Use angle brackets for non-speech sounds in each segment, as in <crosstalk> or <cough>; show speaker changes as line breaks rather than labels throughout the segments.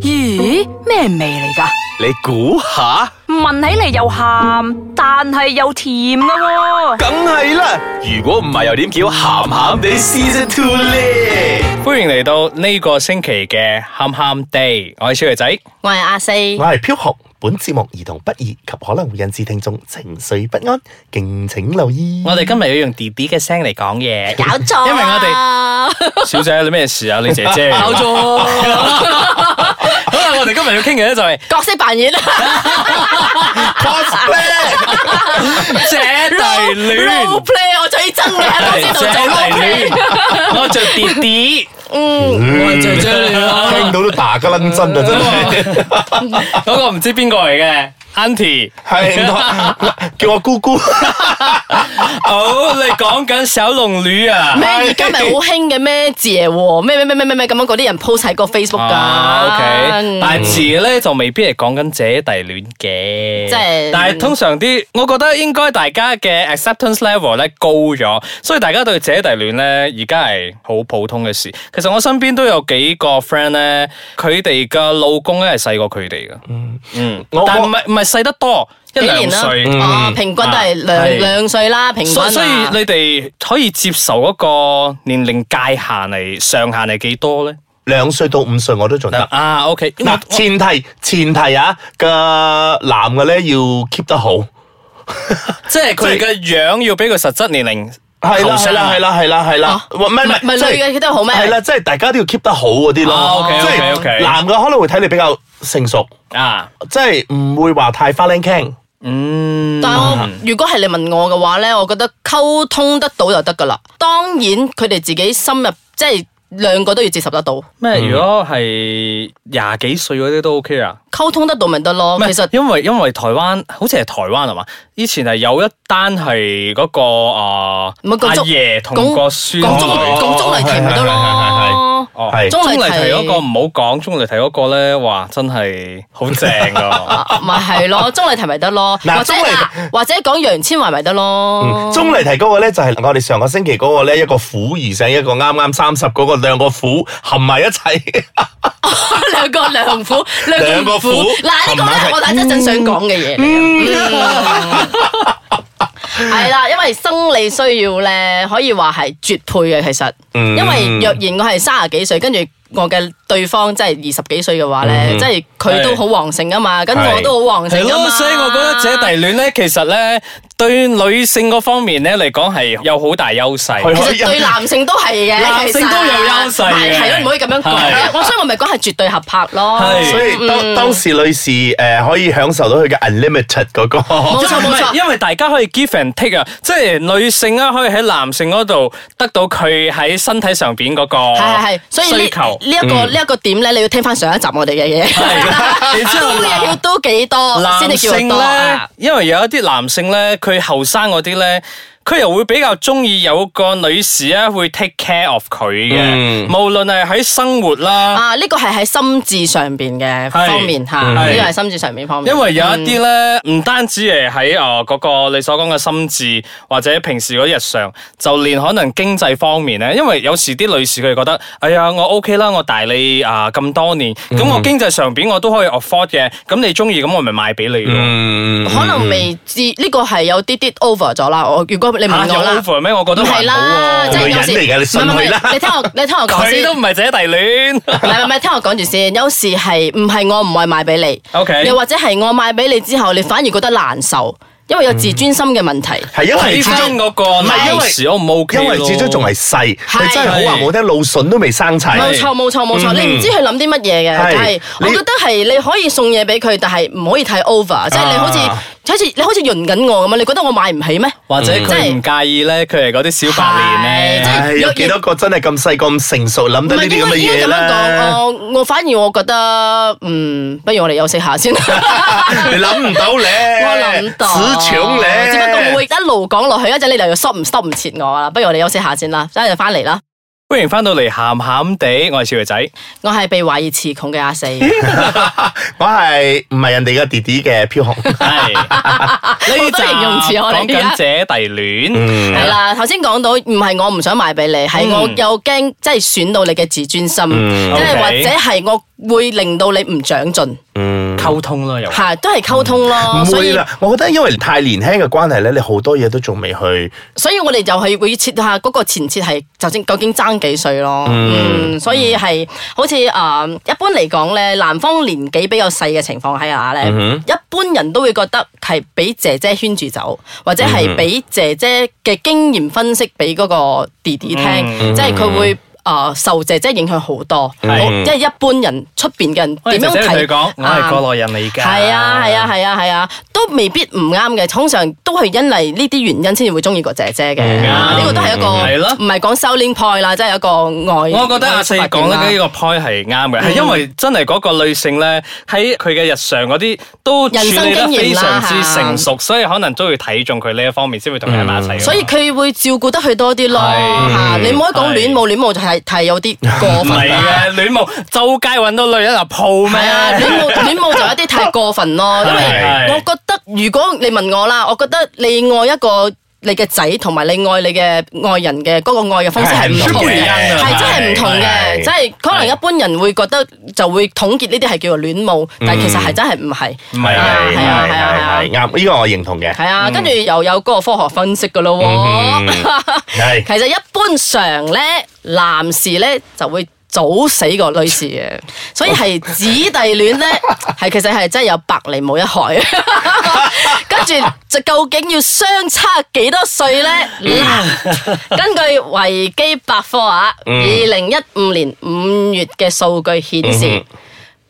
咦，咩味嚟噶？
你估下，
聞起嚟又鹹，但係又甜噶喎、
梗係啦。如果唔係，又點叫鹹鹹地 Season Two 咧？
歡迎嚟到呢個星期嘅咸咸地，我係小肥仔。
我係阿四，
我係飄紅，本節目兒童不宜及可能會引致聽眾情緒不安，敬請留意。
我哋今日要用 D D 嘅聲嚟講嘢，
搞啊錯，
因為我哋
哋
小姐你咩事啊？你姐姐
<laughs> 搞
好
錯
啦，我哋今日要傾嘅咧就係
角色扮演，啊
姐弟
<laughs> role
戀，
play 我最憎你喺我知道做 role play，
戀，我着 D D，嗯
我係最憎你啦，
聽到都打個冷震啊，真係
嗰個唔知邊個嚟嘅 Auntie。
係 <laughs> 我叫我姑姑，
好，你講緊小龍女啊？
咩而家咪好興嘅咩姐喎，咩咩咩咩咩咩咁樣嗰啲人 post 喺個 Facebook 嗯
啊，OK，
噶，
但係字咧就未必係講緊姐弟戀嘅，
即係
但係通常啲，我覺得應該大家嘅 acceptance level 咧高咗，所以大家對姐弟戀咧而家係好普通嘅事。其實我身邊都有幾個 friend 咧，佢哋嘅老公咧係細過佢哋嘅，嗯，
我
但係唔係唔係細得多一
幾
兩
年啦
歲。
哦，平均都係
啊
兩
係
兩歲啦，平均
所
啊
所以你哋可以接受嗰個年齡界限係上限係幾多咧？
兩歲到五歲我都仲得。
啊，OK，我
嗱，前提前提啊，個男嘅咧要 keep 得好，
即係佢嘅樣要俾佢實質年齡
係啦
後
係
生
啦係啦係啦係啦
啊，
唔係唔係
唔係
即係
女嘅 keep 得好咩
係啦，即係大家都要 keep 得好嗰啲
啊
咯，
，OK，
即
OK，OK
係男嘅可能會睇你比較成熟，
啊，
即係唔會話太花靚傾。
嗯，
但係我如果係你問我嘅話咧，我覺得溝通得到就得噶啦。當然佢哋自己深入，即係兩個都要接受得到，
咩？如果係廿幾歲嗰啲都 OK 啊？
溝通得到咪得咯。其實
因為因為台灣好似係台灣係嘛？以前係有一單係嗰個啊
唔係講
阿
中
爺同
講
個孫
講中
女
哦
講中嚟提咪得
係係係係
咯。
哦
係
鐘
鍾
麗緹
麗緹
嗰個唔好講，鐘麗緹嗰個咧，哇，真係好正 <laughs> 噶！
啊咪係咯，中麗提咪得咯，
嗱
或者
鍾麗嗯
啊或者講楊千嬅咪得咯。
中嚟提嗰個咧就係我哋上個星期嗰個咧，一個苦而醒，一個啱啱三十嗰個兩個苦含埋一齊，
<laughs> 兩個良婦，兩
兩
個
個
婦
婦。
嗱，呢個咧
同埋係
我等一陣想講嘅嘢嚟嘅。嗯 <laughs> 係啦，因為生理需要咧，可以話係絕配嘅。其實，
嗯
因為若然我係三十幾歲，跟住我嘅對方即係二十幾歲嘅話咧，即係佢都好旺盛噶嘛，跟住我都好旺盛
係
噶嘛。
咯，所以我覺得姐弟戀咧，其實咧對女性嗰方面咧嚟講係有好大優勢。
係
其實對男性都係嘅，
哦男性都有優勢嘅
係咯，唔可以咁
係
樣講。我所以我咪講係絕對合拍咯。
係
所以當當時女士誒可以享受到佢嘅 unlimited 嗰
<laughs>
個，
冇錯
唔
冇錯
係，。因為大家可以 give and take 啊，即係女性咧可以喺男性嗰度得到佢喺身體上邊嗰
係係係，
個
所以呢
需求。嗯
呢一個呢一個點咧，你要聽翻上一集我哋嘅嘢，
係，然之
都嘢要
後
都幾多先
男
至叫
性
多
咧
啊？，
因為有一啲男性咧，佢後生嗰啲咧。佢又會比較中意有個女士咧，會 take care of 佢嘅，
嗯
無論係喺生活啦，
啊，呢個係喺心智上邊嘅
係
方面嚇，
嗯
呢個係心智上面方
<laughs>
面。
因為有一啲咧，唔單止係喺誒嗰個你所講嘅心智，或者平時嗰日常，就連可能經濟方面咧，因為有時啲女士佢哋覺得，哎呀，我 OK 啦，我大你啊咁多年，
嗯
咁我經濟上邊我都可以 afford 嘅，咁你中意咁我咪買俾你咯。
嗯
可能未知呢個係有啲啲 over 咗啦。我如果你
嚇
問
有
我啦，
offer 咩？我覺得
唔係
還好
啦，
喎
即係
女
有
人
時
嚟㗎你信
唔係唔係
佢啦
你聽我你聽我講
佢
先
都。唔係姐弟戀。
唔係唔係，聽我講住先。有時係唔係我唔係買俾你
OK
又或者係我買俾你之後，你反而覺得難受，因為有自尊心嘅問題。
係因為
<laughs> 睇
始
翻
終
嗰個
係因
女
為
士 O 唔 O K
因為始終仲係細，你真係好話冇聽，老筍都未生齊。
冇錯冇錯冇錯，你唔知佢諗啲乜嘢嘅，
嗯係
但係我
你
覺得係你可以送嘢俾佢，但係唔可以太
啊
over，即係你好似好似你好似潤緊我咁樣，啊你覺得我買唔起咩？
或者佢唔
嗯
介意咧，佢係嗰啲小白臉
係
咧。
唉，有幾多個真係咁細個咁成熟諗
唔
得呢
係
啲咁
應該
嘅
應該
嘢
咁樣講，
咧？
我我反而我覺得，嗯，不如我哋休息下先。
你諗唔到咧，
<laughs> 我諗到，
死搶咧，
只不過我會一路講落去，一陣你就要 stop 唔 stop 唔切我啦。不如我哋休息下先啦，一陣翻嚟啦。
歡迎翻到嚟咸咸地，我係小肥仔。
我係被懷疑詞窮嘅阿四，
嗯我係唔係人哋嘅弟弟嘅飄
<laughs>
紅？
係呢集
多形容詞我哋
講
而家
緊姐弟戀，
嗯
係啦。頭先講到唔係
嗯
我唔想賣俾你，係我又驚即係損到你嘅自尊心，即係
，OK
或者係我會令到你唔長進，
溝通啦又。
係都係溝通咯。
唔
所
會
以
啦，我覺得因為太年輕嘅關係咧，你好多嘢都仲未去。
所以我哋就係會設下嗰個前設係就正究竟爭幾歲咯。
嗯
嗯，所以係好似誒、呃一般嚟講咧，男方年紀比較細嘅情況下咧，一般人都會覺得係俾姐姐圈住走，或者係俾姐姐嘅經驗分析俾嗰個弟弟聽，即係佢會。誒受姐姐影響好多，我即係一般人出邊嘅人
喂
點樣
姐姐同
睇？
你講，我係
啊
過來人嚟㗎。
係啊，係啊，係啊，係啊，都未必唔啱嘅。通常都係因為呢啲原因先至會中意個姐姐嘅。
嗯
啊呢個都係一
係咯
個唔係講 selling point 啦，即係一個外。
我覺得阿四
外
講得
發
呢
現啦嗯
個 point 係啱嘅，係因為真係嗰個女性咧喺佢嘅日常嗰啲都處
人生
理得
經驗啦
非常之成熟，所以可能都會睇中佢呢一方面，先會
嗯
同佢喺埋一齊㗎嘛。
所以佢會照顧得佢多啲咯
係
嚇。你唔可以講
係
戀母，戀母就係係啊有啲過
唔 <laughs>
分
係
啦。
嘅，戀慕周街揾到女人啊鋪咩
係？啊，戀母戀母就有一啲太過分咯，因為
係
我覺得如果你問我啦，我覺得你愛一個。你嘅仔同埋你愛你嘅愛人嘅嗰個愛嘅方式係唔同
係
嘅，
係係
係真係唔同嘅，
係
即係可能一般人會覺得就會統結呢啲係叫做戀母，但係其實係真係唔係，
唔係啊
係啊係啊係啊
係啱，呢個我認同嘅。
係啊，跟住又有嗰個科學分析噶咯喎。
係
其實一般常咧，男士咧就會早死過女士
<laughs>
嘅，所以係子弟戀咧，係其實係真係有百利冇
<laughs>
一害。跟住就究竟要相差幾多歲咧？
嗯
嗱，根據維基百科啊，
嗯
二零一五年五月嘅數據顯
嗯
示，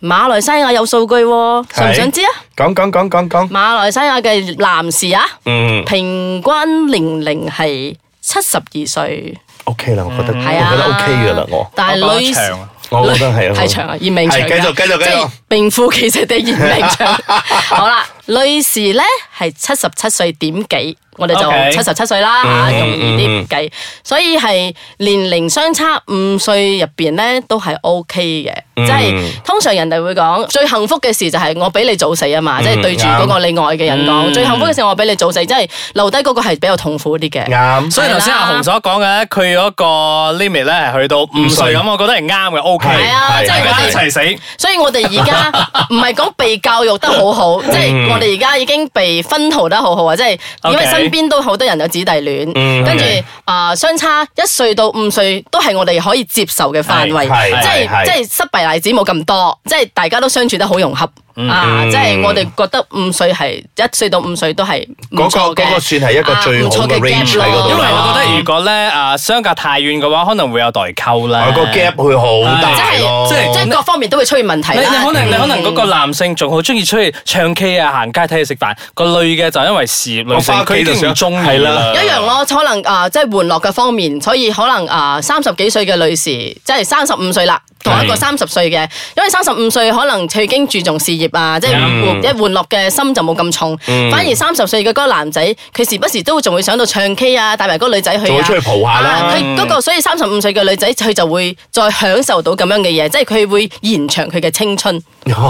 馬來西亞有數據喎，想唔想知啊？
講講講講講。
馬來西亞嘅男士啊，
嗯
平均年齡係七十二歲。
，OK 啦，我覺得我
係啊，
覺得 OK 噶啦，我
但係女
我覺得長啊
我覺得係啊
太長啊，延命長
係
㗎。
繼續繼續繼
即
續
係。名副其實地延命
<laughs>
長。好啦，女士咧係七十七歲點幾，我哋
OK
就七十七歲啦嚇，
嗯
容易啲計。所以係年齡相差五歲入邊咧都係 OK
嗯
嘅，即係通常人哋會講最幸福嘅事就係我比你早死啊
嗯
嘛，即係對住嗰個你愛嘅人講最幸福嘅事我比你早死，即係留低嗰個係比較痛苦啲嘅。
啱。
所以頭先阿紅所講嘅，佢嗰個 limit 咧係去到五歲
五歲
咁，我覺得係啱嘅，OK。
係
係啊，
係
即係
大
我
家
哋
一齊死，
所以我哋
<laughs>
而家唔係講被教育得好好，
嗯
即係我哋而家已經被分逃得好好啊！即係因
OK
為身邊都好多人有子弟戀，
嗯
跟住
OK
啊相差一歲到五歲都係我哋可以接受嘅範圍，
係係
即
係
係即係失敗例子冇咁多，即係大家都相處得好融洽
嗯
啊！即係我哋覺得五歲係一歲到五歲都係唔
嗰
錯
個
嘅，
嗰個算係一個最
啊唔
好
錯
嘅 range 喺嗰度
因為
啦
我覺得如果咧啊相隔太遠嘅話，可能會有代溝啦。
我個 gap 佢好
即
大咯。
係即係即係各方面都會出現問題
你
啦。
你可能你可能嗰個男性仲好中意出去唱 K 啊、行街睇嘢食飯，個女嘅就因為事業女性，
我返屋
佢
企
已
就
經唔
想
中意
係
啦
啦。
一樣咯，可能啊、呃即係玩樂嘅方面，所以可能啊，三十幾歲嘅女士，即係三十五歲啦，同一個三十歲嘅，因為三十五歲可能佢已經注重事業啊，即係
嗯
玩即係玩樂嘅心就冇咁重，反而三十歲嘅嗰個男仔，佢時不時都仲會想到唱 K 啊，帶埋嗰個女仔去
仲
啊
會出去蒲下啦嗯
啊佢嗰、個所以三十五歲嘅女仔，佢就會再享受到咁樣嘅嘢，即係佢會延長佢嘅青
<laughs>
春。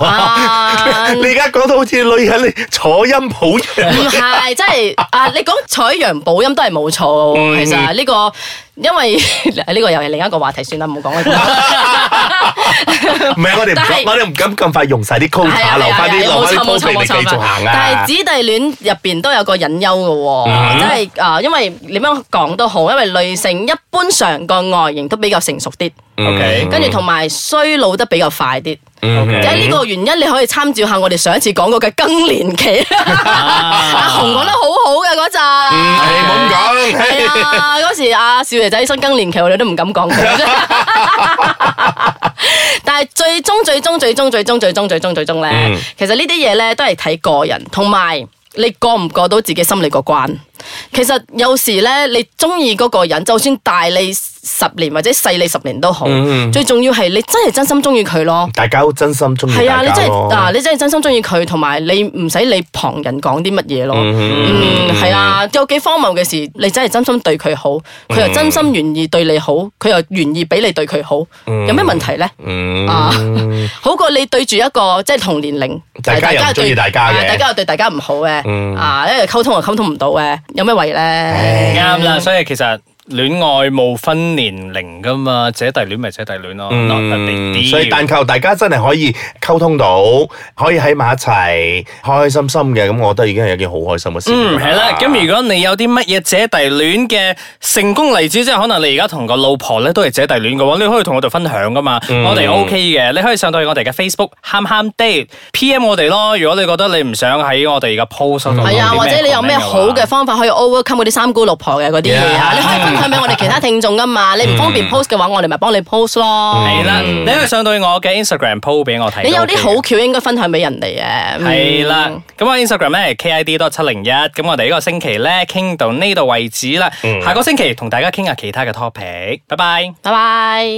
啊
你而家講到好似女人你坐音抱
<laughs>
一樣。
唔係，即係啊！你講採陽補陰都係冇錯嘅喎。其實呢個因為 <laughs> 呢個又係另一個話題，算啦，唔
<laughs>
好講呢個。
唔係，我哋唔
但
敢，
係
我哋唔敢咁快用晒啲
係
quota，
啊
留
係啊
翻啲
係啊
留
冇
翻啲
錯
quota
冇錯
俾
冇
你繼
錯
續行啊！
但係子弟戀入邊都有個隱憂嘅喎，即係啊，因為點樣講都好，因為女性一般上個外形都比較成熟啲，
OK，
跟住同埋衰老得比較快啲。即係呢個原因，你可以參照下我哋上一次講過嘅更年
<laughs>
期。阿紅講得好好嘅嗰陣。
你唔好咁講
係啊，嗰時阿少爺仔新更年期，我哋都唔敢講佢。但係最終最終最終最終最終最終最終咧，其實呢啲嘢咧都係睇個人，同埋你過唔過到自己心理個關。其實有時咧，你中意嗰個人，就算大你十年或者細你十年都好，最重要係你真係真心中意佢咯。
大家好真心中意
係啊，
嗯大
你
家
真係啊，
咯。
你真係真心中意佢，同埋你唔使理旁人講啲乜嘢咯。嗯，係啊，有幾荒謬嘅事，你真係真心對佢好，佢
嗯
又真心願意對你好，佢又願意俾你對佢好，有咩問題咧？
嗯
啊，好過你對住一個即係同年齡，
大家又唔中意大家嘅嗯
啊大家又對大家唔好嘅，啊，因為溝通又溝通唔到嘅，有咩為咧？
啱啦，所以其實戀愛冇分年齡噶嘛，姐弟戀咪姐弟戀咯，not a big
嗯
deal
所以但求大家真係可以溝通到，可以喺埋一齊，開開心心嘅，咁我覺得已經係一件好開心嘅事。
嗯，系
啊
啦。
啊
咁如果你有啲乜嘢姐弟戀嘅成功例子，即係可能你而家同個老婆咧都係姐弟戀嘅話，你可以同我哋分享噶嘛。我哋 OK 嘅，你可以上到去我哋嘅 Facebook 喊喊 date PM 我哋咯。如果你覺得你唔想喺我哋嘅 post 度講
係啊，
啲
或者你有咩
comment
好嘅方法可以 overcome 嗰啲三姑六婆嘅嗰啲嘢啊？
Yeah
你可以分享俾我哋其他聽眾噶嘛？你唔方
嗯
便 post 嘅話，我哋咪幫你 post 咯。
係啦，你可以上到去我嘅 Instagram post 俾我睇。
你有啲好。橋應該分享俾人哋嘅。嗯
係啦，咁我 Instagram 咧 KID 多七零一，咁我哋呢個星期咧傾到呢度為止啦，下個星期同大家傾下其他嘅 topic，拜拜。
拜拜。